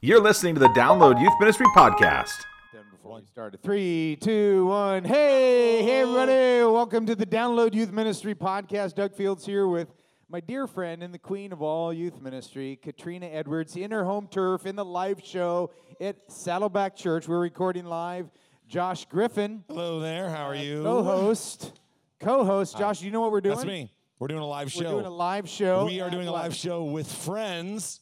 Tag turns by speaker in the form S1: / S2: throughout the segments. S1: You're listening to the Download Youth Ministry Podcast.
S2: Done before we started. Three, two, one. Hey, hey, everybody. Welcome to the Download Youth Ministry podcast. Doug Fields here with my dear friend and the queen of all youth ministry, Katrina Edwards, in her home turf in the live show at Saddleback Church. We're recording live. Josh Griffin,
S3: Hello there. How are you?
S2: co host. Co host. Josh, you know what we're doing?
S3: That's me. We're doing a live
S2: We're
S3: show.
S2: doing a live show.
S3: we are
S2: at
S3: doing a
S2: Live.
S3: live show with friends.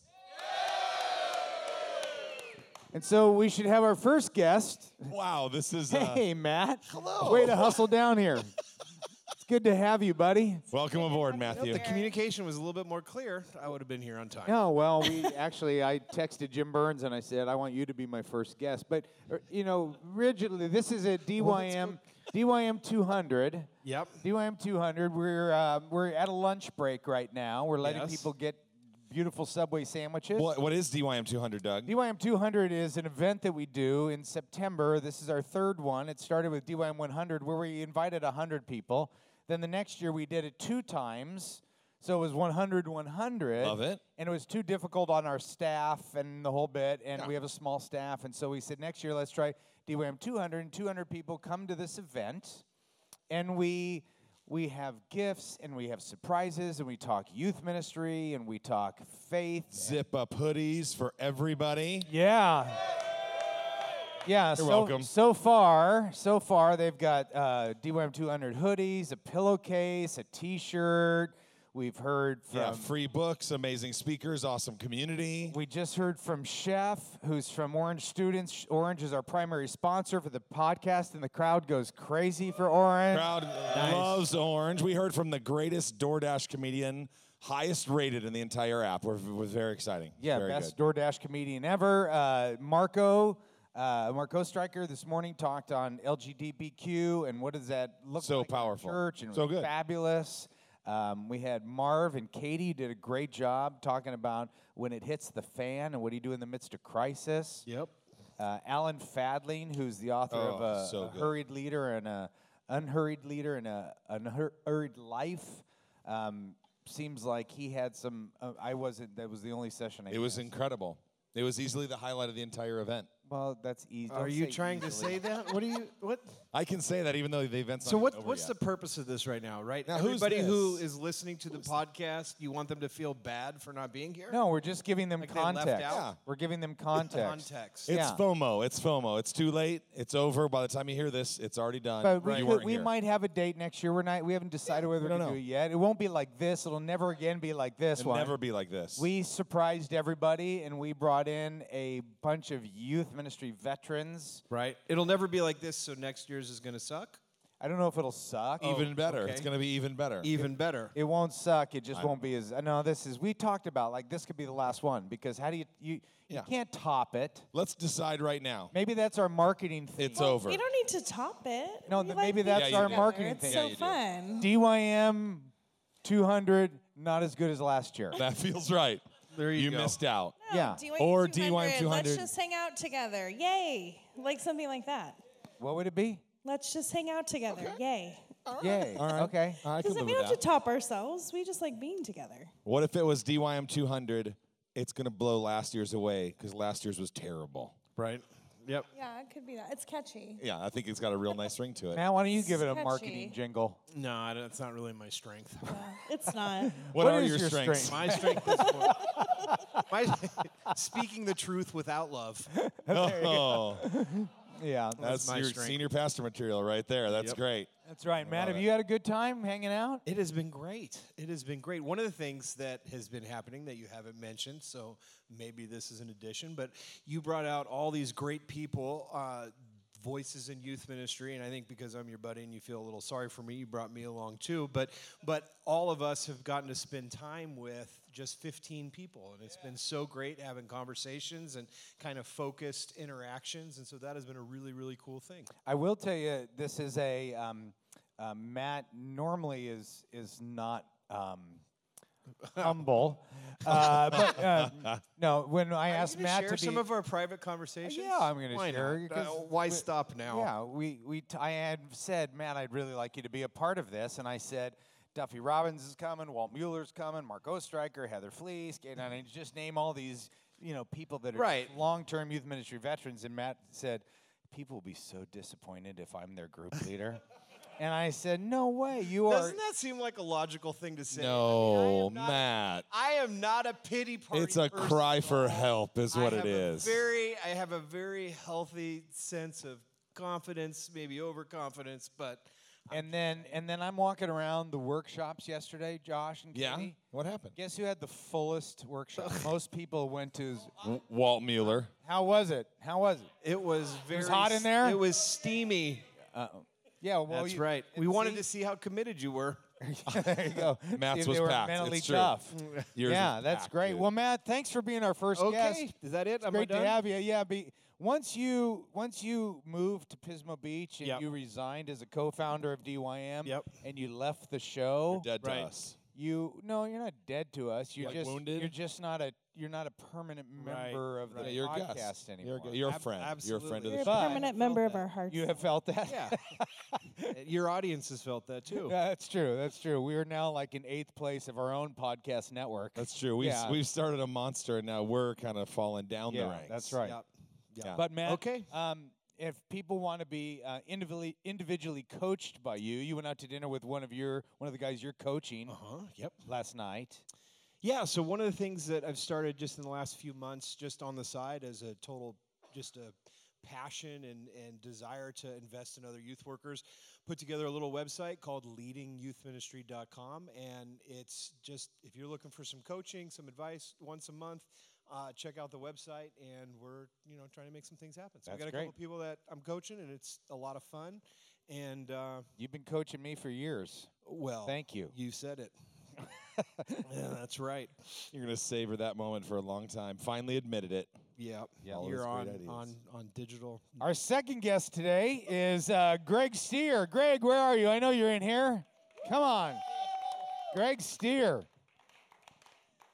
S2: And so we should have our first guest.
S3: Wow, this is. Uh,
S2: Hey, Matt.
S3: Hello.
S2: Way to hustle down here. it's good to have you, buddy.
S3: Welcome aboard,
S4: If
S3: Matthew.
S4: the communication was a little bit more clear, I would have been here on time.
S2: No, well, we actually, I texted Jim Burns and I said, I want you to be my first guest. But, er, you know, rigidly, this is a DYM, DYM 200.
S4: Yep.
S2: DYM 200. We're, uh, we're at a lunch break right now. We're letting
S4: Yes.
S2: people get beautiful Subway sandwiches.
S3: What, what is DYM 200, Doug?
S2: DYM 200 is an event that we do in September. This is our third one. It started with DYM 100, where we invited 100 people. Then the next year we did it two times. So it was 100, 100.
S3: Love it.
S2: And it was too difficult on our staff and the whole bit. And we have a small staff. And so we said, next year, let's try DYM 200. And 200 people come to this event and we we have gifts and we have surprises and we talk youth ministry and we talk faith
S3: Zip up hoodies for everybody.
S2: yeah. Yeah, so,
S3: welcome.
S2: so far, so far they've got uh, DWAM 200 hoodies, a pillowcase, a T-shirt. We've heard from.
S3: Yeah, free books, amazing speakers, awesome community.
S2: we just heard from Chef, who's from Orange Students. Orange is our primary sponsor for the podcast, and the crowd goes crazy for Orange.
S3: Crowd
S2: uh,
S3: loves Orange. We heard from the greatest DoorDash comedian, highest rated in the entire app. We're, was very exciting.
S2: Yeah,
S3: very
S2: best
S3: good.
S2: DoorDash comedian ever. Uh, Marco, uh, Marco Stryker this morning talked on LGBTQ and what does that look
S3: So
S2: like in our
S3: powerful.
S2: church and it
S3: So
S2: was
S3: good.
S2: fabulous. Um, we had Marv and Katie did a great job talking about when it hits the fan and what do you do in the midst of crisis.
S4: Yep.
S2: Uh, Alan Fadling, who's the author of
S3: Oh,
S2: a,
S3: so
S2: a
S3: good.
S2: hurried leader and a unhurried leader and a unhurried life, um, seems like he had some. Uh, I wasn't. That was the only session I.
S3: It was
S2: missed.
S3: incredible. It was easily the highlight of the entire event.
S2: Well, that's easy.
S4: Are you trying to say that? What do you what?
S3: I can say that even though the event's
S4: So
S3: not
S4: what
S3: even over
S4: what's
S3: yet.
S4: the purpose of this right now, right?
S3: Now, who's
S4: Everybody who
S3: this?
S4: is listening to the podcast, you want them to feel bad for not being here?
S2: No, we're just giving them
S4: Like they left
S2: context.
S4: out? Yeah.
S2: We're giving them context.
S4: Context.
S3: It's
S2: Yeah.
S3: FOMO. It's FOMO. It's too late. It's over. By the time you hear this, it's already done.
S2: But we,
S3: uh, You
S2: could-
S3: weren't
S2: we
S3: here.
S2: might have a date next year. We're not. We haven't decided whether
S3: we
S2: we're
S3: don't
S2: going to do
S3: know.
S2: it yet. It won't be like this. It'll never again be like this
S3: It'll
S2: one.
S3: never be like this.
S2: We surprised everybody, and we brought in a bunch of youth ministry veterans.
S4: Right. It'll never be like this, so next year's is gonna suck.
S2: I don't know if it'll suck. Oh,
S3: even better. It's
S4: okay.
S3: going to be even better.
S4: Even better.
S2: It won't suck. It just won't be as. I know this is. We talked about like this could be the last one because how do you you
S3: Yeah.
S2: you can't top it.
S3: Let's decide right now.
S2: Maybe that's our marketing thing.
S3: It's
S5: Well,
S3: over.
S5: You don't need to top it.
S2: No,
S5: We
S2: th-
S5: like
S2: maybe
S5: being
S2: that's
S3: Yeah, our
S5: together.
S2: marketing
S5: it's
S2: thing.
S3: Yeah,
S5: so
S3: you do.
S5: fun.
S2: DYM 200 not as good as last year.
S3: That feels right.
S4: There you go.
S3: missed out.
S2: Yeah.
S5: DYM
S3: Or
S5: 200. Let's
S3: DYM200.
S5: just hang out together. Yay. Like something like that.
S2: What would it be?
S5: Let's just hang out together. Yay.
S2: Yay.
S3: All right.
S2: Okay.
S3: I can
S5: Because
S3: live
S5: we
S3: with
S5: don't
S3: that.
S5: have to top ourselves. We just like being together.
S3: what if it was DYM 200? It's going to blow last year's away because last year's was terrible.
S4: Right. Yep.
S5: Yeah, it could be that. It's catchy.
S3: Yeah, I think it's got a real nice ring to it.
S2: Matt, why don't you give it a
S5: Sketchy.
S2: marketing jingle?
S4: No, I don't- that's not really my strength.
S5: It's not.
S3: What,
S2: What
S3: are
S2: is
S3: your,
S2: your
S3: strengths?
S2: strength?
S4: My strength is more, my, speaking the truth without love.
S3: Oh,
S2: Yeah. That's,
S3: that's
S4: my
S3: your
S4: strength.
S3: senior pastor material right there. That's
S4: Yep.
S3: great.
S2: right. Matt, have you had a good time hanging out?
S4: It has been great. It has been great. One of the things that has been happening that you haven't mentioned, so maybe this is an addition, but you brought out all these great people, uh, voices in youth ministry, and I think because I'm your buddy and you feel a little sorry for me, you brought me along too. But but all of us have gotten to spend time with just 15 people, and it's been so great having conversations and kind of focused interactions, and so that has been a really really cool thing.
S2: I will tell you, this is a um, uh, Matt normally is is not um, humble, uh, but uh, no. When I asked
S4: you
S2: Matt
S4: share
S2: to be,
S4: some of our private conversations.
S2: yeah, I'm going
S4: Why
S2: to share.
S4: not? Uh,
S2: 'cause
S4: why
S2: we-
S4: stop now?
S2: Yeah, we we t- I had said, Matt, I'd really like you to be a part of this, and I said. Duffy Robbins is coming, Walt Mueller's coming, Mark Ostreicher, Heather Fleece, and I just name all these you know people that are
S4: Mm-hmm. Right.
S2: long-term youth ministry veterans, and Matt said, "People will be so disappointed if I'm their group leader." and I said, "No way, you are."
S4: Doesn't that seem like a logical thing to say?
S3: No,
S4: am not-
S3: Matt.
S4: I am not a pity party.
S3: It's a
S4: person.
S3: cry for help, is what
S4: I
S3: it
S4: have a
S3: is.
S4: Very, I have a very healthy sense of confidence, maybe overconfidence, but
S2: and then and then I'm walking around the workshops yesterday, Josh and
S3: yeah.
S2: Katie.
S3: What happened?
S2: Guess who had the fullest workshop? Most people went to. is-
S3: W- Walt Mueller.
S2: How was it? How was it?
S4: it was very
S2: hot in
S4: s-
S2: there?
S4: It was steamy.
S2: Yeah, well,
S4: That's
S2: you-
S4: right.
S2: and
S4: We wanted
S2: see?
S4: to see how committed you were.
S2: there you go.
S3: Matt's
S2: If
S3: was
S2: they were
S3: packed.
S2: mentally
S3: It's true.
S2: tough.
S3: Yours
S2: yeah,
S3: was
S2: that's
S3: packed,
S2: great.
S3: dude.
S2: Well, Matt, thanks for being our first guest.
S4: Okay, is that it?
S2: It's
S4: Am I
S2: great to
S4: done?
S2: have you. Yeah, be, once you once you moved to Pismo Beach and
S4: Yep.
S2: you resigned as a co-founder of DYM
S4: Yep.
S2: and you left the show,
S3: Dead
S4: Right.
S3: to us.
S2: you no, you're not dead to us. You're
S3: Like
S2: just
S3: wounded?
S2: you're just not a you're not a permanent
S4: Right,
S2: member of
S3: Yeah,
S2: the
S3: you're a
S2: podcast
S3: guest.
S2: anymore.
S3: You're a, you're a
S4: Ab-
S3: friend. You're a friend
S4: absolutely.
S3: of the
S5: You're a
S3: show.
S2: But-
S5: permanent member
S4: felt
S5: of our hearts.
S2: you have felt that.
S4: Yeah. Your audience has felt that too.
S2: Yeah, that's true. That's true. We are now like in eighth place of our own podcast network.
S3: That's true. We've,
S2: Yeah.
S3: we've started a monster, and now we're kind of falling down the
S2: yeah,
S3: ranks.
S2: that's right.
S4: Yep. Yep. Oh.
S3: Yeah.
S2: But Matt,
S4: Okay.
S2: Um, if people want to be uh, individually individually coached by you, you went out to dinner with one of your one of the guys you're coaching
S4: Uh-huh. Yep.
S2: last night.
S4: Yeah, so one of the things that I've started just in the last few months, just on the side, as a total, just a passion and, and desire to invest in other youth workers, put together a little website called leadingyouthministry.com. And it's just, if you're looking for some coaching, some advice once a month, uh, check out the website and we're, you know, trying to make some things happen. So
S2: That's
S4: we got a
S2: great.
S4: couple people that I'm coaching and it's a lot of fun. And, uh,
S2: You've been coaching me for years.
S4: well,
S2: Thank you.
S4: You said it. yeah, that's right.
S3: You're going to savor that moment for a long time. Finally admitted it.
S4: Yeah,
S3: Yeah, all
S4: you're
S3: those
S4: on,
S3: great ideas.
S4: on on digital.
S2: Our second guest today is uh, Greg Steer. Greg, where are you? I know you're in here. Come on, Greg Steer.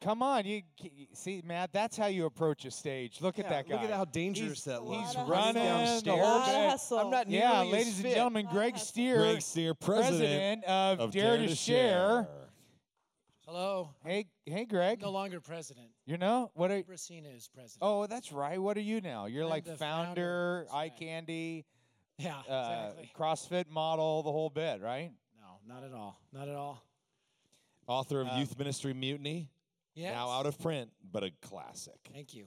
S2: Come on, you you- see, Matt. That's how you approach a stage. Look at that guy.
S4: Look at how dangerous that looks.
S5: He's running
S2: running the whole
S4: downstairs.
S2: bit.
S5: Lot of hustle.
S4: I'm not
S2: yeah,
S4: nearly as
S2: ladies and
S4: fit.
S2: gentlemen, Greg
S5: hustle.
S2: Steer,
S3: Greg Steer, president,
S2: president of,
S3: of
S2: Dare, to Share.
S6: Hello.
S2: Hey, hey, Greg.
S6: No longer president.
S2: You know what? Are,
S6: Brasina is president.
S2: oh, that's right. What are you now? You're
S6: I'm
S2: like
S6: the
S2: founder,
S6: founder, that's
S2: eye
S6: right.
S2: candy,
S6: yeah,
S2: uh,
S6: exactly.
S2: CrossFit model, the whole bit, right?
S6: No, not at all. Not at all.
S3: author
S4: Uh,
S3: of Youth Ministry Mutiny.
S6: Yes.
S3: Now out of print, but a classic.
S6: Thank you.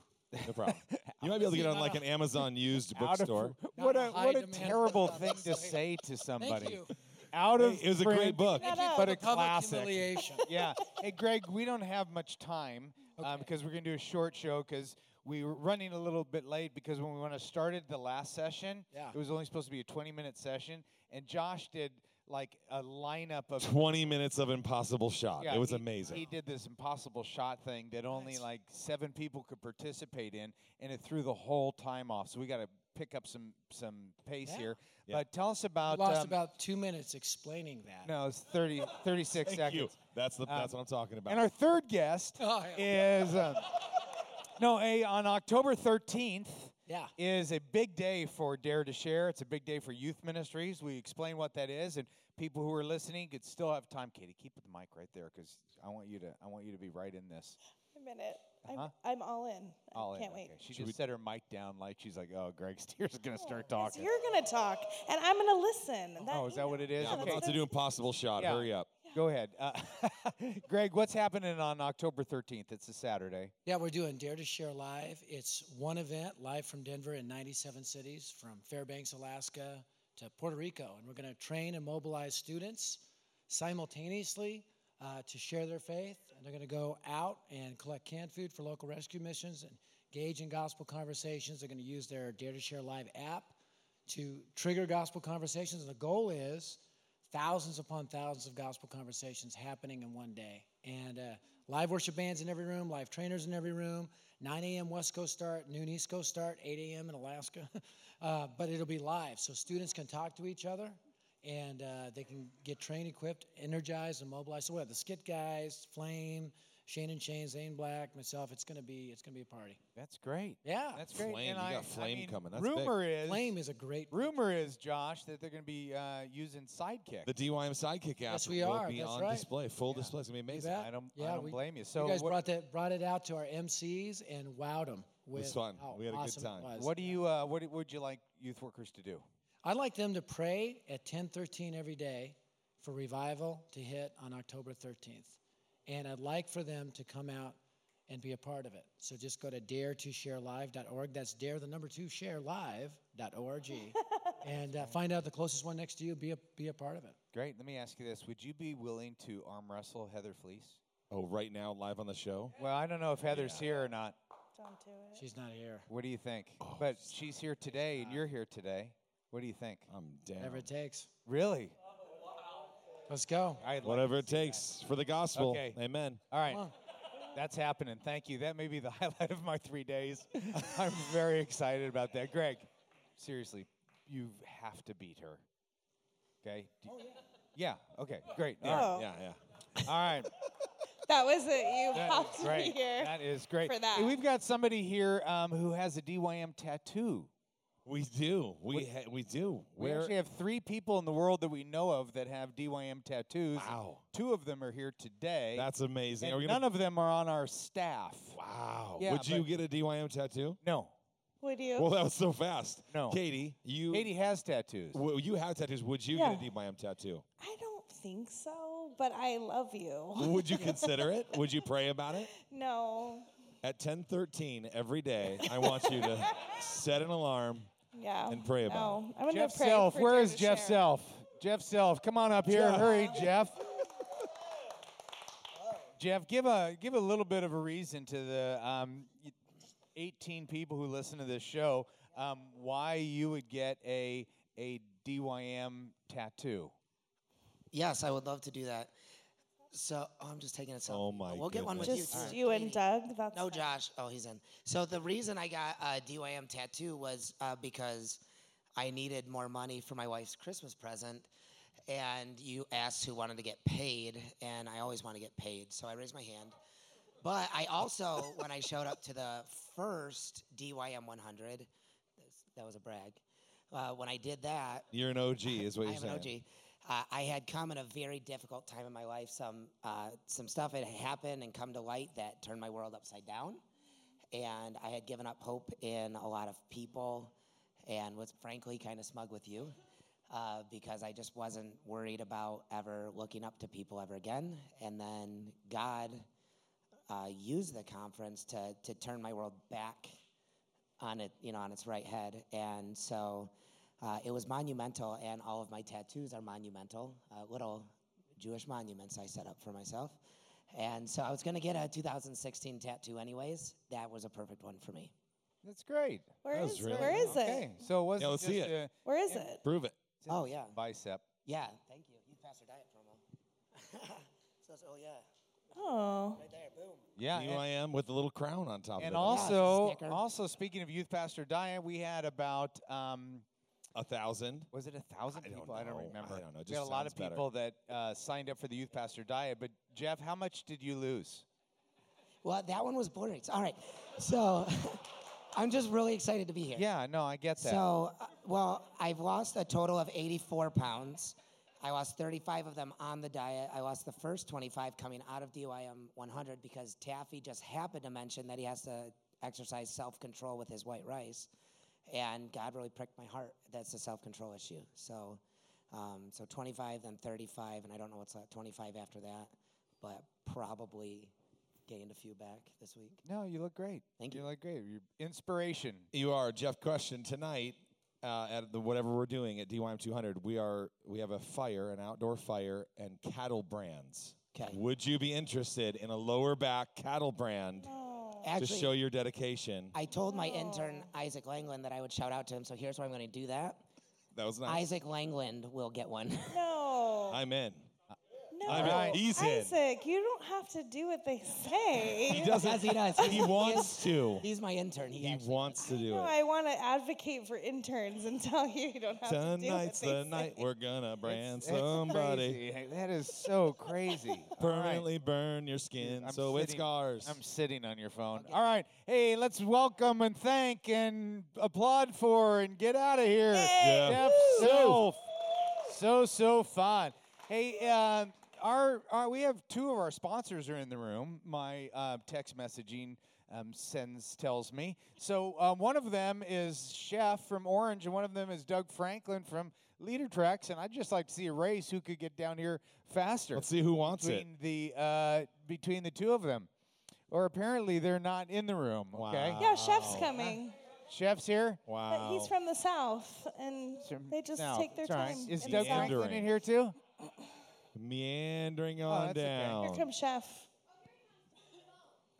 S3: No problem. you might be able to get on
S6: Not
S3: like
S6: a-
S3: an Amazon used
S2: Out of
S3: bookstore.
S6: Not
S2: what a
S6: a
S2: what
S6: high
S2: a
S6: demand
S2: terrible
S6: product,
S2: thing to
S6: honestly.
S2: say to somebody.
S6: you.
S2: Out of
S3: It was a great
S2: print,
S3: book.
S5: Shut up.
S2: but
S6: The
S2: a
S6: public
S2: classic.
S6: humiliation.
S2: yeah. Hey, Greg, we don't have much time um, because we're going to do a short show because we were running a little bit late because when we want to started the last session,
S6: Yeah.
S2: it was only supposed to be a 20 minute session, and Josh did like a lineup of.
S3: 20 minutes of impossible shot.
S2: Yeah,
S3: it was
S2: he-
S3: amazing.
S2: He did this impossible shot thing that only like seven people could participate in, and it threw the whole time off. So we got to pick up some some pace
S6: Yeah.
S2: here. But tell us about.
S6: Lost
S2: um,
S6: about two minutes explaining that.
S2: no, it's 30, 36
S3: Thank
S2: seconds.
S3: you. That's, the, that's what I'm talking about.
S2: um, And our third guest
S6: Oh,
S2: is um, no, a, on October 13th
S6: Yeah.
S2: is a big day for Dare to Share. It's a big day for youth ministries. We explain what that is, and people who are listening could still have time. Katie, keep the mic right there because I want you to I want you to be right in this.
S5: Wait a minute. I'm, I'm all in. I
S2: All in,
S5: can't wait.
S2: Oh, okay. She just set her mic down like she's like, oh, Greg Steer's gonna start
S5: 'Cause
S2: talking.
S5: You're going to talk, and I'm going to listen. and
S2: Oh, is
S5: you
S2: that
S5: know,
S2: what it is?
S5: yeah,
S3: I'm
S5: that's
S3: about to
S5: what-
S3: do impossible shot.
S2: Yeah.
S3: Hurry up.
S2: Go ahead, uh, Greg. What's happening on October 13th? It's a Saturday.
S6: Yeah, we're doing Dare to Share Live. It's one event live from Denver in 97 cities, from Fairbanks, Alaska to Puerto Rico. And we're going to train and mobilize students simultaneously uh, to share their faith. And they're going to go out and collect canned food for local rescue missions and engage in gospel conversations. They're going to use their Dare to Share Live app to trigger gospel conversations. And the goal is thousands upon thousands of gospel conversations happening in one day. And uh, live worship bands in every room, live trainers in every room, 9 a.m. West Coast start, noon East Coast start, 8 a.m. in Alaska. uh, but it'll be live, so students can talk to each other and uh, they can get trained, equipped, energized, and mobilized. So we have the skit guys, Flame, Shane and Shane, Zane Black, myself. It's gonna be it's gonna be a party.
S2: That's great.
S6: Yeah.
S2: That's great.
S3: Flame,
S2: and
S3: you
S2: I, I
S3: got Flame
S2: mean,
S3: coming. That's big.
S2: rumor is
S6: Flame is a great.
S2: rumor is Josh that they're going to be uh, using Sidekick.
S3: The DYM Sidekick app
S6: Yes, we
S3: will
S6: are.
S3: be
S6: That's
S3: on
S6: right.
S3: display, full display. It's gonna be amazing.
S6: bet.
S2: I don't.
S6: Yeah,
S2: I don't
S6: we-
S2: blame you. So
S6: you guys
S2: what,
S6: brought that brought it out to our MCs and wowed them. With
S3: was fun.
S6: How
S3: We had a good
S6: awesome it
S3: time.
S6: was.
S2: what do you? Uh, what would you like youth workers to do?
S6: I'd like them to pray at 10:13 every day for revival to hit on October 13th. And I'd like for them to come out and be a part of it. So just go to dare2sharelive.org. That's dare the number 2 sharelive.org and uh, find out the closest one next to you be a be a part of it.
S2: Great. Let me ask you this: Would you be willing to arm wrestle Heather Fleece?
S3: Oh, right now, live on the show.
S2: Well, I don't know if Heather's here or not.
S5: Don't do it.
S6: She's not here.
S2: What do you think?
S3: Oh,
S2: but she's here today, and you're here today. What do you think?
S3: I'm down.
S6: Whatever it takes.
S2: Really?
S6: Let's go.
S2: I like
S3: Whatever it
S2: to see that.
S3: takes for the gospel.
S2: Okay.
S3: Amen.
S2: All right.
S6: on.
S2: That's happening. Thank you. That may be the highlight of my three days. I'm very excited about that. Greg, seriously, you have to beat her. Okay? Do- yeah. Okay. Great. All right.
S5: Oh,
S3: Yeah, yeah.
S2: All right.
S5: that was it. You
S2: That
S5: have to
S2: is
S5: be
S2: great.
S5: here.
S2: That is great.
S5: for that.
S2: Hey, we've got somebody here um, who has a DYM tattoo.
S3: We do. We ha- we do.
S2: We
S3: Where
S2: actually have three people in the world that we know of that have DYM tattoos.
S3: Wow.
S2: Two of them are here today.
S3: that's amazing. Are
S2: and
S3: we gonna-
S2: none of them are on our staff.
S3: wow.
S2: Yeah,
S3: Would you
S2: but-
S3: get a DYM tattoo?
S2: No.
S5: Would you?
S3: Well, that was so fast.
S2: No.
S3: Katie, you
S2: Katie has tattoos.
S3: well, you have tattoos. Would you
S5: Yeah.
S3: get a DYM tattoo?
S5: I don't think so, but I love you.
S3: Would you consider it? Would you pray about it?
S5: No.
S3: At 10:13 every day, I want you to set an alarm.
S5: Yeah.
S3: And pray about
S5: no. I'm gonna
S2: Jeff
S5: pray
S2: Self,
S5: for
S2: where
S5: Dare
S2: is
S5: to
S2: Jeff
S5: Share.
S2: Self? Jeff Self, come on up here. Hurry, Jeff. Jeff, give a give a little bit of a reason to the um, y- 18 people who listen to this show um, why you would get a a DYM tattoo.
S7: Yes, I would love to do that. So oh, I'm just taking a selfie.
S3: Oh, my
S7: We'll get one with you.
S5: Just
S7: too.
S5: you and Doug. That's
S7: No,
S5: fine.
S7: Josh. Oh, he's in. So the reason I got uh, a DYM tattoo was uh, because I needed more money for my wife's Christmas present, and you asked who wanted to get paid, and I always want to get paid, so I raised my hand. But I also, when I showed up to the first DYM 100, that was a brag. Uh, when I did that,
S3: You're an OG, is
S7: I
S3: what you're
S7: am
S3: saying.
S7: an OG. Uh, I had come at a very difficult time in my life. Some uh, some stuff had happened and come to light that turned my world upside down, and I had given up hope in a lot of people, and was frankly kind of smug with you, uh, because I just wasn't worried about ever looking up to people ever again. And then God uh, used the conference to to turn my world back on it, you know, on its right head. And so uh, it was monumental, and all of my tattoos are monumental, uh, little Jewish monuments I set up for myself. And so I was going to get a 2016 tattoo, anyways. That was a perfect one for me.
S2: That's great.
S5: Where
S3: was
S5: is
S3: really
S5: where is
S2: Okay,
S5: it?
S2: so it wasn't
S3: Yeah, let's
S2: just
S3: see it.
S2: a
S5: Where is it?
S3: Prove it.
S7: Oh, yeah.
S2: bicep.
S7: Yeah, thank you. You passed her diet promo. so it's, oh, yeah.
S5: Oh.
S7: Right there, boom.
S2: Yeah, and-
S3: DYM with a little crown on top of it.
S2: And
S3: That's
S2: also,
S7: sticker.
S2: also speaking of youth pastor diet, we had about um,
S3: a thousand.
S2: was it a thousand
S3: I don't
S2: people? I don't
S3: know.
S2: remember.
S3: I don't know. It
S2: we had a
S3: just
S2: lot of
S3: sounds better.
S2: people that uh, signed up for the youth pastor diet. But Jeff, how much did you lose?
S7: Well, that one was boring. All right. So I'm just really excited to be here.
S2: Yeah, no, I get that.
S7: So, uh, well, I've lost a total of 84 pounds. I lost 35 of them on the diet. I lost the first 25 coming out of DYM 100 because Taffy just happened to mention that he has to exercise self control with his white rice. And God really pricked my heart. That's a self control issue. So, um, so 25, then 35, and I don't know what's at 25 after that, but probably gained a few back this week.
S2: no, you look great.
S7: Thank
S2: You
S7: you.
S2: look great. You're inspiration.
S3: You are Jeff. Question tonight uh, at the whatever we're doing at DYM 200. We are we have a fire, an outdoor fire, and cattle brands.
S7: 'Kay.
S3: Would you be interested in a lower back cattle brand
S7: Oh.
S3: to show your dedication?
S7: I told my intern Isaac Langland that I would shout out to him. So here's where I'm going to do that.
S3: that was nice.
S7: Isaac Langland will get one.
S5: No.
S3: I'm in.
S5: No. No,
S3: I mean, he's in.
S5: Isaac, you don't have to do what they
S3: He
S5: say.
S3: doesn't.
S7: Yes, he does.
S3: He wants to.
S7: He's my intern. He,
S3: He
S7: actually-
S3: wants to do
S5: No,
S3: it.
S5: I want to advocate for interns and tell you you don't have to do what
S3: Tonight's
S5: they
S3: the
S5: say.
S3: night we're gonna brand
S2: That's
S3: somebody.
S2: crazy. Hey, That is so crazy. All right.
S3: Permanently burn your skin
S2: I'm
S3: so it
S2: sitting-
S3: scars.
S2: I'm sitting on your phone. All right. Hey, let's welcome and thank and applaud for and get out of here.
S3: Yeah.
S2: Jeff Self. So, so fun. Hey, um our, our, we have two of our sponsors are in the room. My uh, text messaging um, sends tells me. So um, one of them is Chef from Orange, and one of them is Doug Franklin from Leader Treks. And I'd just like to see a race who could get down here faster
S3: Let's see who wants it.
S2: between the uh, between the two of them, or apparently they're not in the room. Okay,
S3: Wow.
S5: Yeah, chef's coming.
S2: chef's here.
S5: But
S3: Wow.
S5: he's from the South, and
S2: From
S5: they just
S2: South.
S5: take their
S2: It's all right.
S5: time.
S2: Is
S5: in
S2: Doug
S5: the South.
S2: Franklin in
S3: Meandering.
S2: here too?
S3: meandering on
S2: Oh, that's okay.
S3: down.
S5: Here comes Chef.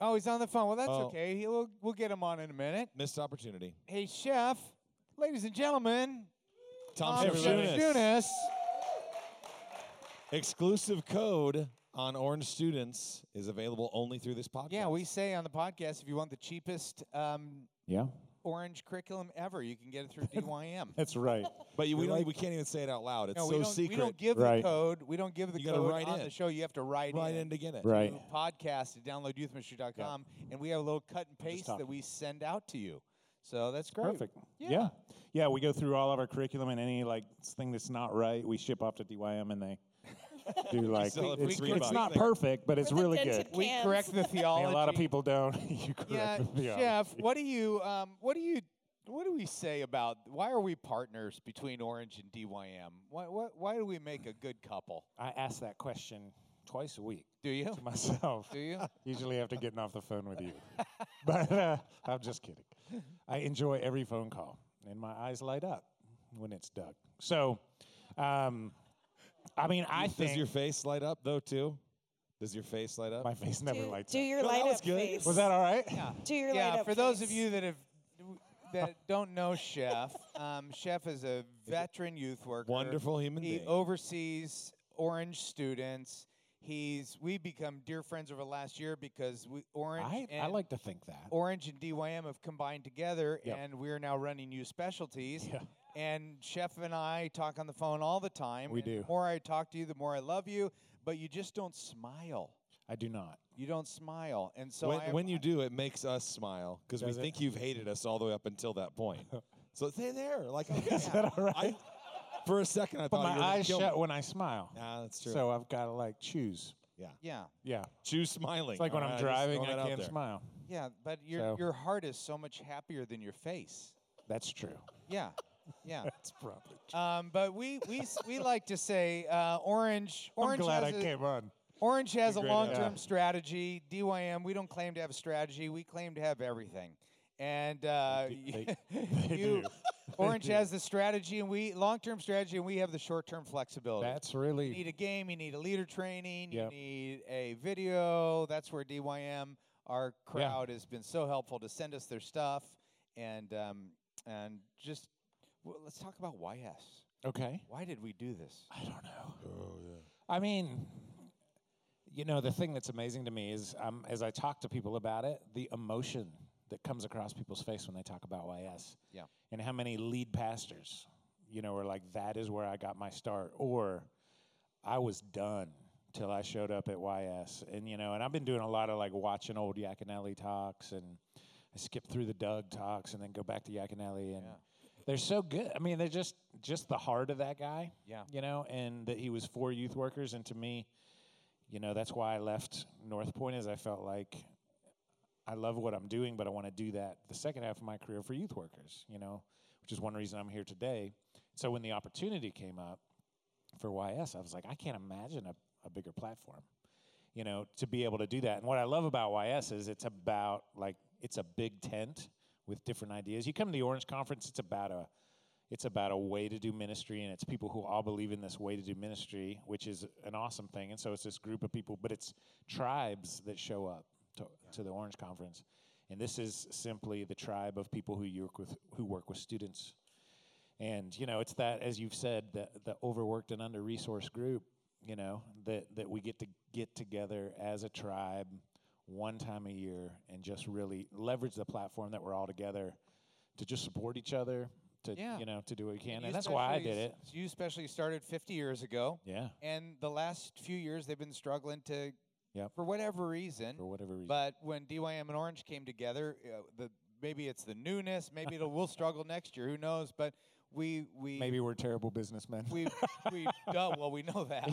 S2: Oh, he's on the phone. Well, that's
S3: Oh.
S2: okay. He, we'll we'll get him on in a minute.
S3: Missed opportunity.
S2: Hey, chef, ladies and gentlemen,
S3: Tom
S2: Tom
S3: Schunas.
S2: Schunas.
S3: Exclusive code on Orange Students is available only through this podcast.
S2: Yeah, we say on the podcast if you want the cheapest um,
S8: Yeah,
S2: orange curriculum ever, you can get it through DYM.
S8: that's right.
S3: But you, we
S8: We
S3: don't.
S8: like-
S3: we can't even say it out loud. It's
S2: No,
S3: so
S2: we don't,
S3: secret.
S2: we don't give
S8: Right.
S2: the code. We don't give the
S3: You gotta
S2: code
S3: write
S2: on
S3: in.
S2: the show. You have to write,
S3: right in to get it.
S8: right.
S2: podcast at downloadyouthministry.com, and we have a little cut and paste
S8: talking.
S2: that we send out to you. So that's great.
S8: Perfect. Yeah. yeah. we go through all of our curriculum and any like thing that's not right, we ship off to DYM and they do like
S3: sell it for
S8: it's,
S3: three
S8: it's
S3: bucks.
S8: not perfect, but it's
S5: With the
S8: really
S5: dented
S8: good.
S2: We
S5: cans.
S2: correct the
S8: I
S2: theology.
S8: mean, a lot of people don't. you correct
S2: Yeah,
S8: the theology.
S2: Jeff, what do you um, what do you what do we say about why are we partners between Orange and DYM? Why why, why do we make a good couple?
S8: I ask that question twice a week
S2: Do you?
S8: to myself.
S2: Do you?
S8: Usually after getting off the phone with you, but uh, I'm just kidding. I enjoy every phone call, and my eyes light up when it's Doug. So, um, I mean, I
S3: Does
S8: think
S3: your face light up though too? Does your face light up?
S8: my face never
S5: Do,
S8: lights
S5: do
S8: up.
S5: your
S3: No, that
S5: light
S3: was
S5: up
S3: good.
S5: face.
S8: Was that all right?
S5: Do your light
S2: yeah,
S5: up
S2: for those of
S5: face.
S2: you that have that don't know Chef, um, Chef is a veteran youth worker.
S3: Wonderful human
S2: He
S3: being.
S2: oversees Orange students. He's we become dear friends over the last year because we Orange
S8: I,
S2: and
S8: I like to think that.
S2: Orange and DYM have combined together,
S8: Yep.
S2: and we're now running new specialties.
S8: Yeah.
S2: And Chef and I talk on the phone all the time.
S8: We
S2: and The
S8: do.
S2: more I talk to you, the more I love you, but you just don't smile.
S8: I do not.
S2: You don't smile, and so
S3: when,
S2: I-
S3: when you do, it makes us smile because we
S8: Does it?
S3: think you've hated us all the way up until that point. so stay there, like I
S8: Is that all right?
S3: I, for a second, I
S8: but
S3: thought you
S8: my
S3: were gonna
S8: eyes
S3: kill
S8: shut
S3: Me.
S8: when I smile.
S3: Nah, that's true.
S8: So I've got to like choose.
S2: yeah,
S8: Yeah.
S3: choose smiling.
S8: It's like when
S3: All
S8: I'm
S3: right, just
S8: driving,
S3: throwing that
S8: I
S3: out
S8: can't
S3: there.
S8: smile.
S2: yeah, but your
S8: So-
S2: your heart is so much happier than your face.
S8: That's true.
S2: Yeah, yeah.
S8: That's probably true.
S2: Um, but we we s- we like to say uh, orange. Orange
S8: I'm glad I
S2: has a-
S8: came on.
S2: Orange has a
S3: great
S2: long
S8: idea.
S2: term strategy. DYM, we don't claim to have a strategy. We claim to have everything. And uh,
S8: They- they
S2: you,
S8: do.
S2: Orange has the strategy, and we long term strategy, and we have the short term flexibility.
S8: That's
S2: you need
S8: really
S2: a game, you need a leader training,
S8: Yep.
S2: you need a video. That's where DYM, our crowd, has been so helpful to send us their stuff, and um, and just well, let's talk about YS.
S8: okay.
S2: Why did we do this?
S8: I don't know. I mean, you know, the thing that's amazing to me is um, as I talk to people about it, the emotion that comes across people's face when they talk about YS.
S2: Yeah.
S8: And how many lead pastors, you know, are like, that is where I got my start, or I was done till I showed up at YS. And, you know, and I've been doing a lot of like watching old Yakinelli talks and I skip through the Doug talks and then go back to Yakinelli. And they're so good. I mean, they're just, just the heart of that guy.
S2: Yeah.
S8: You know, and that he was for youth workers. And to me, you know, that's why I left North Point is I felt like I love what I'm doing, but I want to do that the second half of my career for youth workers, you know, which is one reason I'm here today. So when the opportunity came up for YS, I was like, I can't imagine a, a bigger platform, you know, to be able to do that. And what I love about YS is it's about like it's a big tent with different ideas. You come to the Orange Conference, it's about a it's about a way to do ministry and it's people who all believe in this way to do ministry which is an awesome thing and so it's this group of people but it's tribes that show up to, to the orange conference and this is simply the tribe of people who you work with who work with students and you know it's that as you've said the, the overworked and under resourced group you know that that we get to get together as a tribe one time a year and just really leverage the platform that we're all together to just support each other to
S2: Yeah.
S8: you know to do what we can and,
S2: You
S8: that's why I did
S2: especially
S8: it.
S2: s- You especially started 50 years ago.
S8: Yeah.
S2: And the last few years, they've been struggling to,
S8: Yep.
S2: for whatever reason.
S8: For whatever reason.
S2: But when DYM and Orange came together, uh, the maybe it's the newness. Maybe it'll, we'll struggle next year. Who knows? But we we
S8: Maybe we're terrible businessmen.
S2: we've we've done well. We know that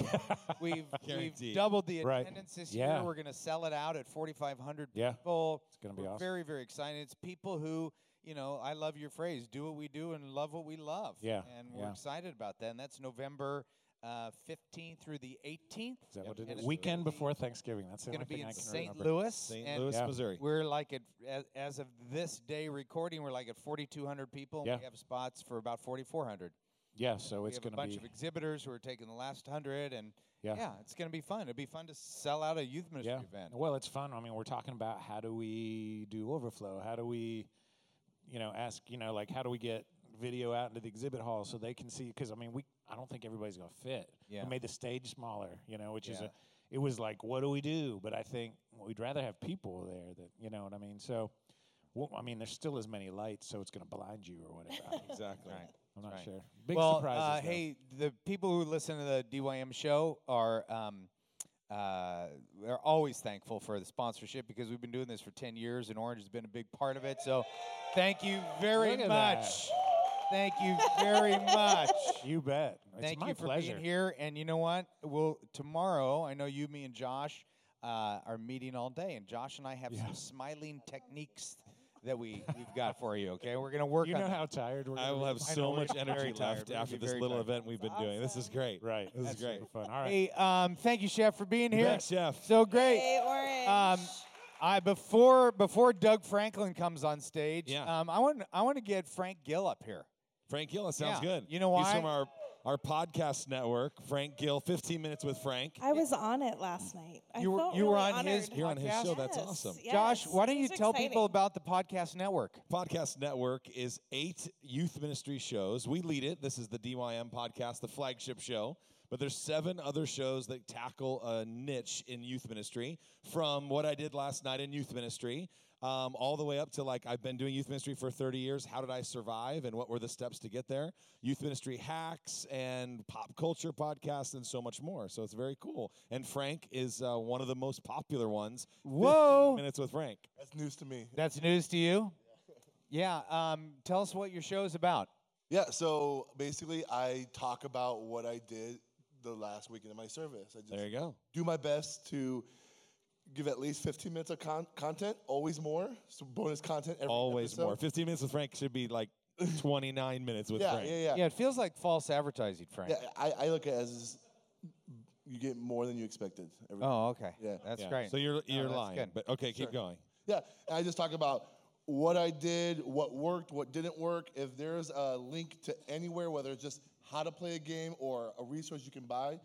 S2: we've
S3: Guaranteed.
S2: we've doubled the
S8: Right.
S2: attendance this
S8: Yeah.
S2: year. We're going to sell it out at 4,500
S8: Yeah.
S2: people. It's
S8: gonna be
S2: We're
S8: awesome.
S2: Very very excited. It's people who you know. I love your phrase. Do what we do and love what we love.
S8: Yeah,
S2: And we're
S8: yeah.
S2: excited about that. And that's November uh, 15th through the 18th.
S8: Is that what it
S2: And
S8: is?
S2: it's
S8: Weekend
S2: gonna be-
S8: before Thanksgiving. That's the
S2: It's
S8: only
S2: going to be
S8: thing I
S2: in
S8: can
S2: St.
S8: remember.
S2: Louis.
S3: St.
S2: and
S3: Louis,
S8: Yeah.
S3: Missouri.
S2: We're like at as, as of this day recording, we're like at 4,200 people.
S8: Yeah.
S2: And we have spots for about 4,400.
S8: Yeah, so
S2: We
S8: it's
S2: have a
S8: going to
S2: bunch
S8: be
S2: of exhibitors who are taking the last hundred, and
S8: Yeah.
S2: yeah, it's going to be fun. It'd be fun to sell out a youth ministry
S8: yeah.
S2: event.
S8: Well, it's fun. I mean, we're talking about how do we do overflow? How do we, you know, ask you know like how do we get video out into the exhibit hall so they can see? Because I mean, we I don't think everybody's going to fit.
S2: Yeah.
S8: We made the stage smaller, you know, which is
S2: Yeah.
S8: a it was like what do we do? But I think we'd rather have people there that you know what I mean. So. Well, I mean, there's still as many lights, so it's going to blind you or whatever. I-
S3: Exactly.
S8: I'm not
S2: Right.
S8: sure. Big
S2: well,
S8: surprises.
S2: uh,
S8: though.
S2: hey, the people who listen to the DYM show are um, uh, are always thankful for the sponsorship because we've been doing this for ten years, and Orange has been a big part of it. So, thank you very
S8: Look at that.
S2: much. Thank you very much.
S8: you bet. It's
S2: Thank
S8: my
S2: you for
S8: pleasure.
S2: being here. And you know what? Well, tomorrow, I know you, me, and Josh uh, are meeting all day, and Josh and I have some smiling techniques that we we've got for you. Okay, we're gonna work
S8: You
S2: on.
S8: know
S2: that.
S8: how tired we're.
S3: I
S8: gonna
S3: will
S8: be?
S3: have so much energy
S2: tired.
S3: left
S2: We're gonna
S3: after
S2: be
S3: this
S2: very
S3: little
S2: tired.
S3: event we've been doing. This is great.
S8: Right. This
S3: That's
S8: is great.
S3: super
S8: Fun. All right.
S2: Hey, um, thank you, Chef, for being here.
S3: Thanks, Jeff.
S2: So great.
S5: Hey, Orange.
S2: Um, I before before Doug Franklin comes on stage.
S3: Yeah.
S2: Um, I want I want to get Frank Gill up here.
S3: Frank Gill, that sounds
S2: Yeah.
S3: good.
S2: You know
S3: He's
S2: why?
S3: from our, our podcast network, Frank Gill, 15 Minutes with Frank.
S5: I was on it last night. I
S2: You were-
S5: felt
S2: you were
S5: really
S2: on his-
S5: honored.
S3: You're on his show. That's
S5: Yes,
S3: awesome.
S5: yes.
S2: Josh, why don't
S5: This
S2: you
S5: is
S2: tell
S5: exciting.
S2: people about the podcast network?
S3: Podcast Network is eight youth ministry shows. We lead it. This is the DYM podcast, the flagship show. But there's seven other shows that tackle a niche in youth ministry, from what I did last night in youth ministry, um, all the way up to like I've been doing youth ministry for 30 years. How did I survive, and what were the steps to get there? Youth ministry hacks and pop culture podcasts and so much more. So it's very cool. And Frank is uh, one of the most popular ones. 15
S2: Whoa.
S3: minutes with Frank.
S9: That's news to me.
S2: That's news to you. Yeah. Um, tell us what your show's about.
S9: Yeah, so basically, I talk about what I did the last weekend of my service. I just
S3: There you go.
S9: do my best to give at least 15 minutes of con- content, always more. So bonus content every
S3: Always
S9: episode.
S3: more. 15 minutes with Frank should be like 29 minutes with
S9: Yeah,
S3: Frank.
S9: yeah, yeah,
S2: Yeah, it feels like false advertising, Frank.
S9: yeah. I, I look at it as you get more than you expected. Every
S2: Oh, okay.
S9: Yeah.
S2: That's
S3: Yeah.
S2: great.
S3: So you're you're
S2: that's
S3: lying,
S2: good.
S3: but okay, keep going.
S9: Yeah, and I just talk about what I did, what worked, what didn't work. If there's a link to anywhere, whether it's just how to play a game or a resource you can buy,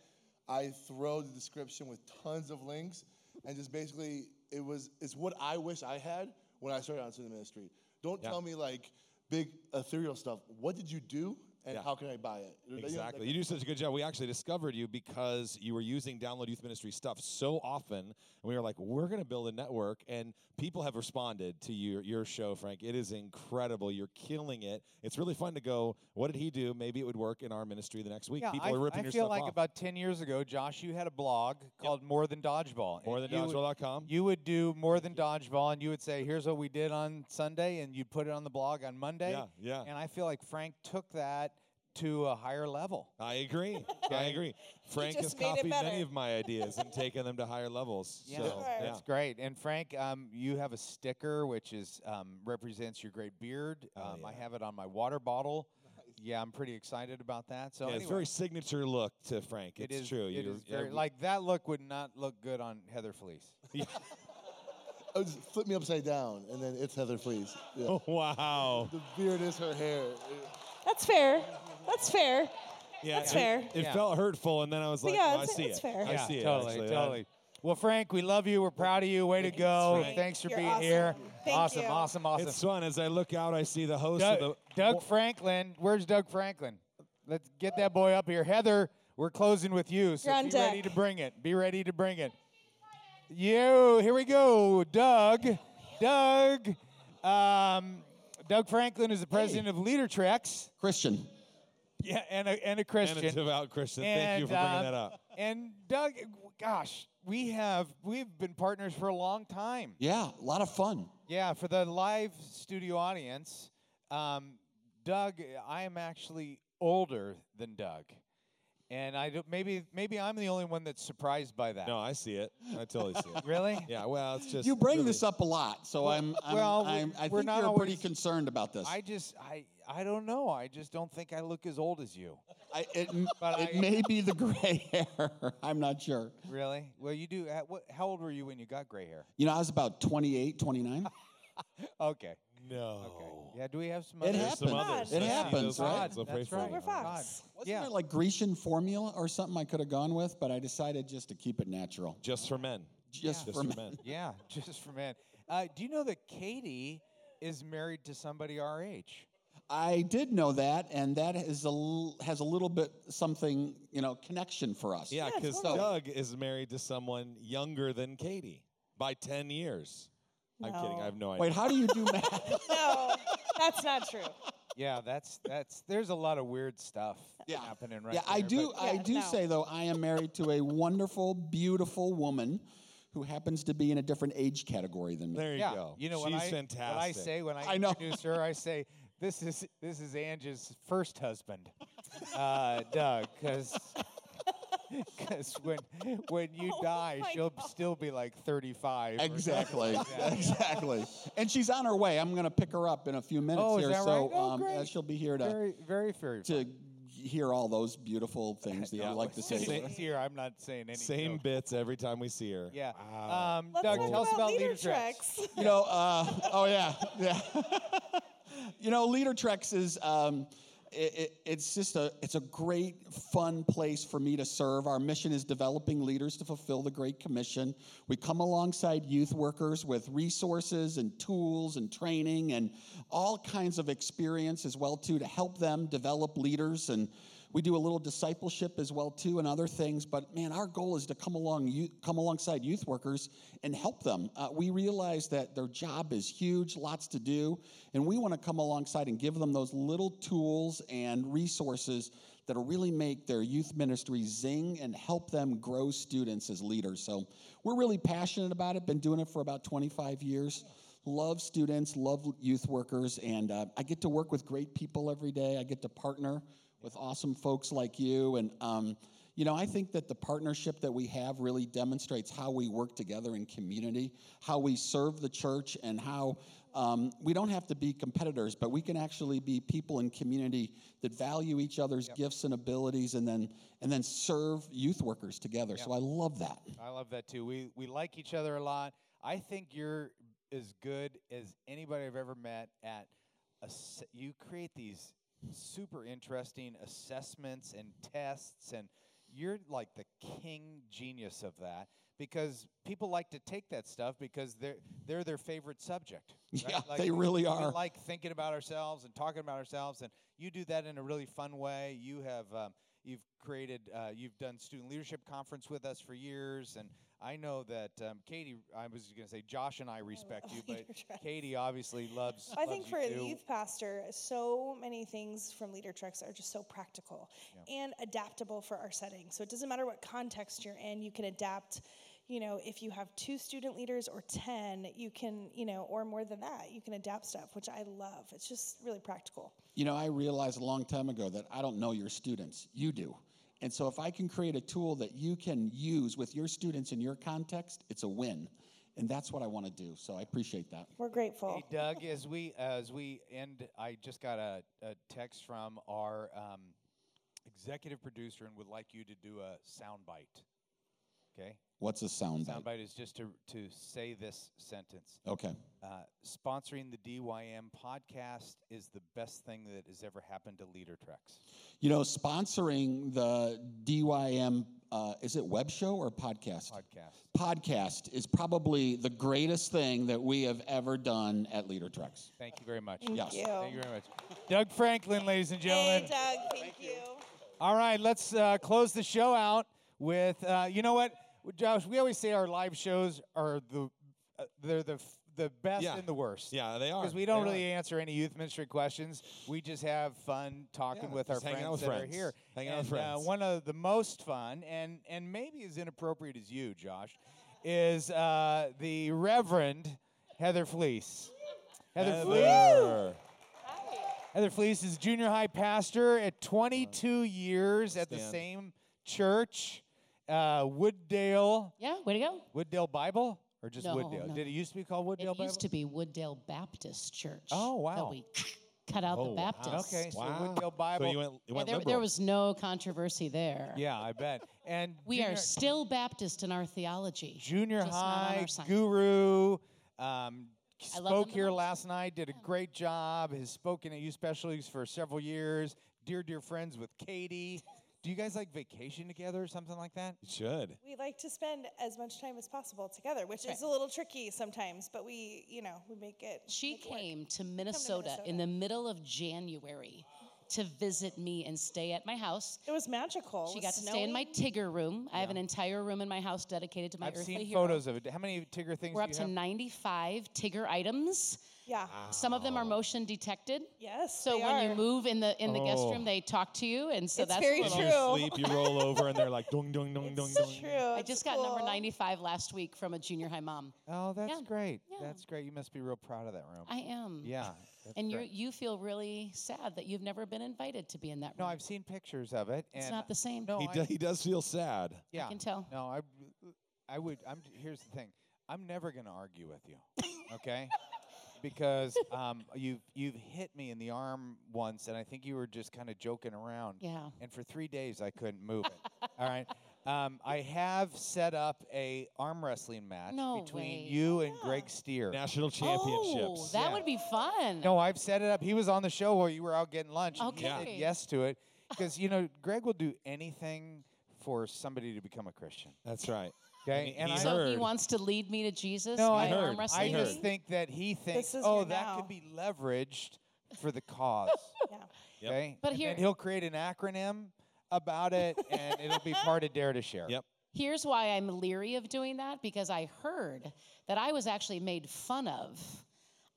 S9: I throw the description with tons of links, and just basically it was it's what I wish I had when I started out into the ministry. Don't tell me like big ethereal stuff. What did you do, and
S3: Yeah.
S9: how can I buy it? You know, like-
S3: Exactly. You do such a good job. We actually discovered you because you were using Download Youth Ministry stuff so often, and we were like, we're going to build a network, and people have responded to your your show, Frank. It is incredible. You're killing it. It's really fun to go. What did he do? Maybe it would work in our ministry the next week.
S2: Yeah,
S3: people
S2: I,
S3: are ripping
S2: I
S3: your
S2: feel
S3: stuff
S2: like
S3: off.
S2: about 10 years ago, Josh, you had a blog called More Than Dodgeball.
S3: More
S2: and
S3: than
S2: you would-
S3: dodgeball.com.
S2: You would do More Than Dodgeball, and you would say, here's what we did on Sunday, and you'd put it on the blog on Monday.
S3: Yeah, yeah.
S2: And I feel like Frank took that to a higher level.
S3: I agree. I agree. Frank has
S5: just made it
S3: copied
S5: better.
S3: many of my ideas and taken them to higher levels.
S2: Yeah,
S3: So,
S5: Sure.
S3: yeah.
S2: that's great. And Frank, um, you have a sticker which is um, represents your great beard.
S3: Oh,
S2: Um, I have it on my water bottle. Yeah, I'm pretty excited about that. So
S3: Yeah,
S2: anyway,
S3: it's very signature look to Frank.
S2: it
S3: It's
S2: is-
S3: true.
S2: It
S3: You're-
S2: is
S3: yeah,
S2: very
S3: we-
S2: like that look would not look good on Heather Fleece.
S9: Oh, just flip me upside down, and then it's Heather, please. Yeah.
S3: wow.
S9: The beard is her hair.
S5: That's fair. That's fair.
S3: Yeah,
S5: That's
S3: it-
S5: fair.
S3: It,
S2: Yeah.
S3: felt hurtful, and then I was like,
S5: yeah,
S3: well, I
S5: it's-
S3: see
S5: it's
S3: it.
S5: fair.
S3: I
S2: yeah,
S3: see it.
S2: totally,
S3: actually.
S2: totally. Well, Frank, we love you. We're proud of you. Way to go!
S5: Frank.
S2: Thanks for
S5: You're
S2: being
S5: awesome.
S2: here.
S5: Thank
S2: awesome,
S5: you.
S2: awesome, awesome,
S3: It's fun. As I look out, I see the host
S2: Doug,
S3: of the.
S2: Doug Franklin. Where's Doug Franklin? Let's get that boy up here. Heather, We're closing with you, so
S5: You're on
S2: be
S5: deck.
S2: ready to bring it. Be ready to bring it. You, here we go, Doug. Doug. Um, Doug Franklin is the president of Leader Treks.
S10: Christian.
S2: Yeah, and a, and a Christian.
S3: devout Christian. Thank you for bringing
S2: um,
S3: that up.
S2: And Doug, gosh, we have we've been partners for a long time.
S10: Yeah, a lot of fun.
S2: Yeah, for the live studio audience, um, Doug, I am actually older than Doug, and I don't, maybe maybe I'm the only one that's surprised by that.
S3: No, I see it. I totally see it.
S2: Really?
S3: Yeah. Well, it's just
S10: You bring
S3: really-
S10: this up a lot, so I'm, I'm,
S2: well, we-
S10: I'm I
S2: we're
S10: think
S2: not
S10: you're pretty
S2: always-
S10: concerned about this.
S2: I just I I don't know. I just don't think I look as old as you.
S10: I, it m-
S2: But
S10: it
S2: I-
S10: may be the gray hair. I'm not sure.
S2: Really? Well, you do. ha- What? How old were you when you got gray hair?
S10: You know, I was about 28, 29.
S2: Okay.
S3: No.
S2: Yeah. Do we have some?
S10: It
S2: other-
S10: happens.
S3: some others.
S10: It
S3: I see
S10: happens,
S3: those
S10: right?
S3: odds. We'll pray
S2: That's
S3: for
S2: right.
S3: you.
S5: Silver Fox.
S10: Wasn't
S2: Yeah.
S10: it like Grecian formula or something I could have gone with, but I decided just to keep it natural.
S3: Just for men.
S10: Just
S3: Just
S10: for
S3: for
S10: me.
S3: men.
S2: Yeah, just for men. Uh, do you know that Katie is married to somebody our age?
S10: I did know that, and that is a l- has a little bit something, you know, connection for us.
S3: Yeah, because
S10: totally.
S3: Doug is married to someone younger than Katie by 10 years. I'm kidding. I
S5: No.
S3: have no idea.
S10: Wait, how do you do math?
S5: No, that's not true.
S2: Yeah, that's that's. There's a lot of weird stuff
S10: Yeah.
S2: happening right
S10: yeah, I
S2: there,
S10: do.
S2: but-
S10: I
S5: Yeah,
S10: do
S5: no.
S10: say though, I am married to a wonderful, beautiful woman who happens to be in a different age category than me.
S3: there you
S2: yeah,
S3: go.
S2: you know
S3: She's
S2: what I
S3: fantastic.
S2: what I say when I,
S10: I know.
S2: introduce her. I say this is this is Ange's first husband, uh, Doug, because. when when you die,
S5: Oh my
S2: she'll still be like 35. or something
S10: Exactly.
S2: like that.
S10: exactly. And she's on her way. I'm going to pick her up in a few minutes
S2: Oh, is
S10: here.
S2: that
S10: so
S2: right? Oh,
S10: um, uh,
S2: great.
S10: she'll be here to,
S2: Very very very.
S10: to hear all those beautiful things that you like to say.
S2: Same here. I'm not saying anything.
S3: Same bits every time we see her.
S2: Yeah.
S3: Wow.
S2: Um,
S5: Let's
S2: Doug,
S5: talk
S2: tell us about leader tracks.
S5: treks.
S10: You know, uh, oh yeah, yeah. you know, Leader Treks is um, it, it, it's just a it's a great fun place for me to serve. Our mission is developing leaders to fulfill the Great Commission. We come alongside youth workers with resources and tools and training and all kinds of experience as well too to help them develop leaders and. We do a little discipleship as well too, and other things. But man, our goal is to come along, you, come alongside youth workers and help them. Uh, we realize that their job is huge, lots to do, and we want to come alongside and give them those little tools and resources that'll really make their youth ministry zing and help them grow students as leaders. So we're really passionate about it. Been doing it for about 25 years love students, love youth workers, and uh, I get to work with great people every day. I get to partner with awesome folks like you, and um, you know I think that the partnership that we have really demonstrates how we work together in community, how we serve the church, and how. Um, we don't have to be competitors, but we can actually be people in community that value each other's gifts and abilities, and then and then serve youth workers together. So I love that.
S2: I love that too. We we like each other a lot. I think you're as good as anybody I've ever met at. ass- you create these super interesting assessments and tests, and you're like the king genius of that because people like to take that stuff because they're they're their favorite subject. right?
S10: Yeah,
S2: Like,
S10: they really
S2: we
S10: are.
S2: like thinking about ourselves and talking about ourselves, and you do that in a really fun way. You have um, you've created uh, you've done student leadership conference with us for years, and I know that um, Katie. I was going to say Josh and I respect you, but
S5: Leadership.
S2: Katie obviously loves.
S5: Oh, I
S2: loves
S5: think for
S2: you
S5: a
S2: too.
S5: youth pastor, so many things from Leader Treks are just so practical and adaptable for our setting. So it doesn't matter what context you're in, you can adapt. You know, if you have two student leaders or 10, you can, you know, or more than that, you can adapt stuff, which I love. It's just really practical.
S10: You know, I realized a long time ago that I don't know your students. You do. And so if I can create a tool that you can use with your students in your context, it's a win. And that's what I want to do. So I appreciate that.
S5: We're grateful.
S2: Hey Doug, as we as we end, I just got a, a text from our um, executive producer and would like you to do a sound bite. Okay,
S10: What's a sound
S2: sound
S10: bite?
S2: bite is just to to say this sentence.
S10: Okay.
S2: Uh, sponsoring the DYM podcast is the best thing that has ever happened to Leader Treks.
S10: You know, sponsoring the DYM, uh, is it web show or podcast?
S2: Podcast.
S10: Podcast is probably the greatest thing that we have ever done at Leader Treks.
S2: Thank you very much.
S10: Yes.
S5: you.
S2: Thank you very much. Doug Franklin, ladies and gentlemen.
S5: Hey, Doug, thank, you.
S2: All right, let's uh, close the show out with uh, you know what, Josh. We always say our live shows are the uh, they're the f- the best
S3: Yeah.
S2: and the worst.
S3: Yeah, they are.
S2: Because we don't
S3: They
S2: really
S3: are.
S2: answer any youth ministry questions. We just have fun talking
S3: Yeah,
S2: with our
S3: just hanging
S2: friends
S3: out with
S2: that
S3: friends.
S2: are here.
S3: Hanging out
S2: and,
S3: with
S2: Uh,
S3: friends.
S2: one of the most fun and and maybe as inappropriate as you, Josh, is uh, the Reverend Heather Fleece. Heather Fleece.
S3: Heather.
S2: Heather Fleece is junior high pastor at 22 years at the
S3: Stand.
S2: same church, uh, Wooddale,
S11: Yeah, way to go.
S2: Wooddale Bible, or just
S11: No,
S2: Wooddale?
S11: no.
S2: Did it used to be called Wooddale
S11: It
S2: Bible?
S11: used to be Wooddale Baptist Church.
S2: Oh, wow.
S11: That we cut out the Baptist.
S2: Okay, so
S3: Oh, Wow.
S2: Wooddale Bible.
S3: So you went, you
S11: Yeah,
S3: went
S11: there,
S3: liberal.
S11: there was no controversy there.
S2: yeah, I bet. And
S11: We
S2: junior,
S11: are still Baptist in our theology.
S2: junior
S11: just not on our
S2: high
S11: side.
S2: guru. Um,
S11: I love
S2: spoke
S11: him the
S2: here
S11: most.
S2: last night. Did a great job. Has spoken at youth special leagues for several years. Dear dear friends with Katie. Do you guys like vacation together or something like that?
S3: You should.
S5: We like to spend as much time as possible together, which is a little tricky sometimes, but we, you know, we make it.
S11: She
S5: make it work.
S11: came to Minnesota,
S5: Minnesota.
S11: in the middle of January to visit me and stay at my house.
S5: It was magical. It
S11: She
S5: was
S11: got to stay in my
S5: snowing.
S11: Tigger room. I have an entire room in my house dedicated to my
S2: I've
S11: earthly
S2: seen
S11: hero.
S2: photos of it. How many Tigger things
S11: We're up
S2: do you
S11: to
S2: have?
S11: 95 Tigger items.
S5: Yeah.
S11: Some of them are motion detected.
S5: Yes.
S11: So
S5: they
S11: when
S5: are.
S11: you move in the in the guest
S3: Oh.
S11: room, they talk to you, and so
S5: It's
S11: that's
S5: very
S11: what
S5: true.
S3: You sleep, you roll over, and they're like, dung, dung, dung, dung,
S5: It's
S3: dung.
S5: true.
S11: I
S5: It's
S11: just got number
S5: cool.
S11: 95 last week from a junior high mom.
S2: Oh, that's
S11: Yeah.
S2: great.
S11: Yeah.
S2: That's great. You must be real proud of that room.
S11: I am.
S2: yeah. that's
S11: And you
S2: great.
S11: you feel really sad that you've never been invited to be in that room.
S2: No, I've seen pictures of it.
S11: it's
S2: and
S11: not the same.
S2: No,
S3: He,
S2: I,
S3: do, he does feel sad.
S2: yeah.
S11: can tell.
S2: No, I, I would. I'm. Here's the thing. I'm never gonna argue with you, okay? because um, you've you've hit me in the arm once, and I think you were just kind of joking around.
S11: Yeah.
S2: And for three days, I couldn't move it. All right. Um, I have set up a arm wrestling match
S11: No
S2: between
S11: way.
S2: you and Greg Steer.
S3: National
S11: Oh,
S3: championships.
S11: that
S2: Yeah.
S11: would be fun.
S2: No, I've set it up. He was on the show while you were out getting lunch. and he said
S11: Okay.
S2: yes to it because you know Greg will do anything for somebody to become a Christian.
S3: That's right.
S2: Okay,
S3: And he- he
S2: I
S11: so he
S3: heard.
S11: wants to lead me to Jesus
S2: no,
S11: by
S2: I
S11: arm
S3: heard.
S2: I
S11: wrestling
S5: heard.
S2: just
S11: me?
S2: think that he thinks,
S5: is
S2: oh,
S5: your
S2: that
S5: now."
S2: could be leveraged for the cause.
S5: Yeah.
S3: Yep.
S2: Okay,
S11: But
S2: and
S11: here-
S2: then he'll create an acronym about it, and it'll be part of Dare to Share.
S3: Yep.
S11: Here's why I'm leery of doing that because I heard that I was actually made fun of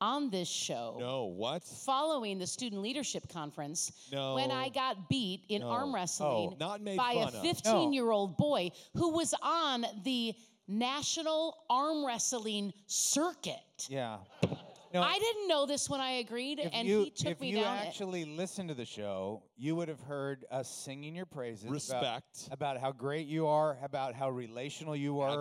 S11: on this show.
S3: No, what?
S11: Following the student leadership conference,
S3: No.
S11: when I got beat in
S3: No.
S11: arm wrestling
S3: Oh, not made
S11: by
S3: fun
S11: a
S3: of.
S11: 15 year old boy who was on the national arm wrestling circuit.
S2: Yeah. No,
S11: I didn't know this when I agreed,
S2: if
S11: and
S2: you,
S11: he took
S2: if
S11: me
S2: you
S11: down. it.
S2: actually listened to the show, you would have heard us singing your praises. about-
S3: Respect.
S2: About, how great you are, about how relational you are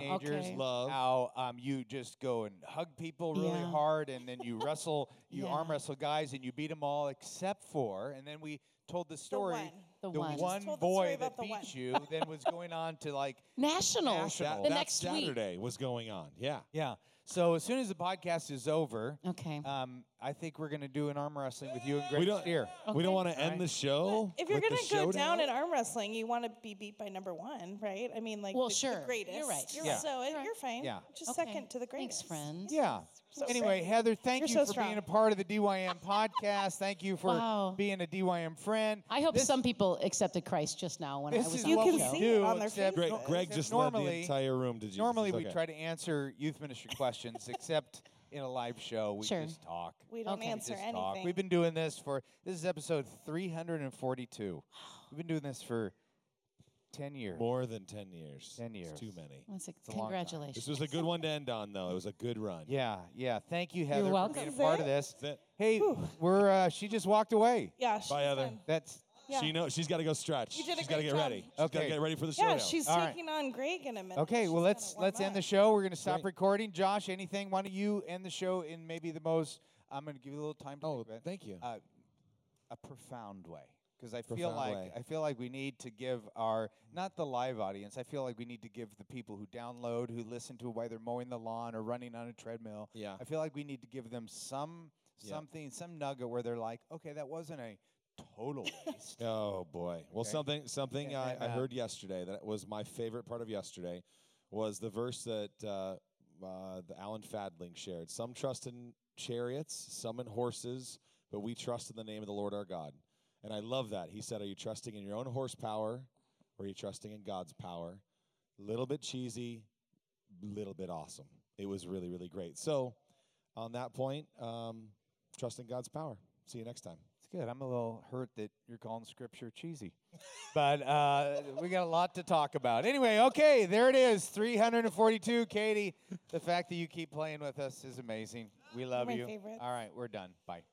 S2: with
S11: Ah,
S2: your teenagers,
S11: okay.
S3: Love.
S2: how um, you just go and hug people really
S11: Yeah.
S2: hard, and then you wrestle, you
S11: Yeah.
S2: arm wrestle guys, and you beat them all except for, and then we told the story.
S5: one.
S11: The one. We just
S5: told the story
S2: boy that
S5: about the
S2: beat
S5: one.
S2: you then was going on to like
S11: National.
S2: National.
S3: That,
S11: The
S3: that
S11: next week.
S3: Saturday was going on. Yeah.
S2: yeah so as soon as the podcast is over
S11: Okay.
S2: um, i think we're going to do an arm wrestling with you and greg
S3: We don't,
S2: steer
S3: we don't
S11: Okay.
S3: want to end the show.
S5: If you're
S3: with the
S5: gonna go down
S3: showdown.
S5: in arm wrestling, you want to be beat by number one, right? I mean, like
S11: Well,
S5: the, the
S11: sure. You're
S5: greatest.
S11: right.
S2: Yeah.
S5: So it- you're fine.
S2: Yeah.
S5: Just
S11: Okay.
S5: second to the
S11: Thanks,
S5: greatest.
S11: friend.
S2: Yeah.
S5: So
S2: anyway,
S5: strong.
S2: Heather, thank
S5: You're
S2: you
S5: so
S2: for being
S5: strong.
S2: a part of the DYM podcast. Thank you for
S11: Wow.
S2: being a DYM friend.
S11: I hope
S2: This-
S11: some people accepted Christ just now when I
S2: This
S11: was
S2: is
S11: on
S5: You
S2: what
S11: the
S5: can
S11: show.
S2: we
S5: see
S2: do,
S5: it on their
S2: except-
S5: faces.
S3: Greg, Greg
S2: except
S3: just led the
S2: normally-
S3: entire room to Jesus.
S2: Normally, we
S3: Okay.
S2: try to answer youth ministry questions, except in a live show, we
S11: Sure.
S2: just talk.
S5: We don't
S11: Okay.
S5: answer
S2: just
S5: anything.
S2: talk. We've been doing this for this is episode 342. We've been doing this for 10 years.
S3: More than 10 years.
S2: 10 years.
S3: It's too many.
S11: That's a-
S2: long time.
S3: This
S11: congratulations.
S3: was a good one to end on, though. It was a good run.
S2: Yeah, yeah. Thank you, Heather, for being a
S5: welcome.
S2: part of this.
S3: That's it.
S2: Hey, we're uh, she just walked away.
S5: Yeah. She's
S3: Bye, Heather.
S5: done.
S2: That's
S5: Yeah.
S3: She knows she's got to go stretch.
S5: You did a
S3: she's got to
S5: great
S3: get
S5: job.
S3: ready. She's got
S2: Okay.
S3: to get ready for the
S5: Yeah,
S3: showdown.
S5: she's
S2: All right.
S5: taking on Greg in a minute.
S2: Okay,
S5: She's
S2: well
S5: gotta
S2: let's
S5: warm
S2: let's end
S5: up.
S2: the show. We're gonna stop
S3: Great.
S2: recording. Josh, anything? Why don't you end the show in maybe the most? I'm gonna give you a little time to
S3: Oh,
S2: think about it,
S3: thank you.
S2: Uh, a profound way, because I feel
S3: Profound
S2: like
S3: way.
S2: I feel like we need to give our not the live audience. I feel like we need to give the people who download, who listen to it, while they're mowing the lawn or running on a treadmill.
S3: Yeah.
S2: I feel like we need to give them some
S3: Yeah.
S2: something, some nugget where they're like, okay, that wasn't a total waste.
S3: Oh boy. Well,
S2: Okay.
S3: something something
S2: And
S3: I,
S2: then,
S3: I
S2: uh,
S3: heard yesterday that was my favorite part of yesterday was the verse that uh, uh, the Alan Fadling shared. Some trust in chariots, some in horses, but we trust in the name of the Lord our God. And I love that. He said, Are you trusting in your own horsepower or are you trusting in God's power? Little bit cheesy, little bit awesome. It was really, really great. So, on that point, um, trust in God's power. See you next time.
S2: It's good. I'm a little hurt that you're calling scripture cheesy, but uh, we got a lot to talk about. Anyway, okay, there it is 342. Katie, the fact that you keep playing with us is amazing. We love
S12: my
S2: you.
S12: favorites.
S2: All right, we're done. Bye.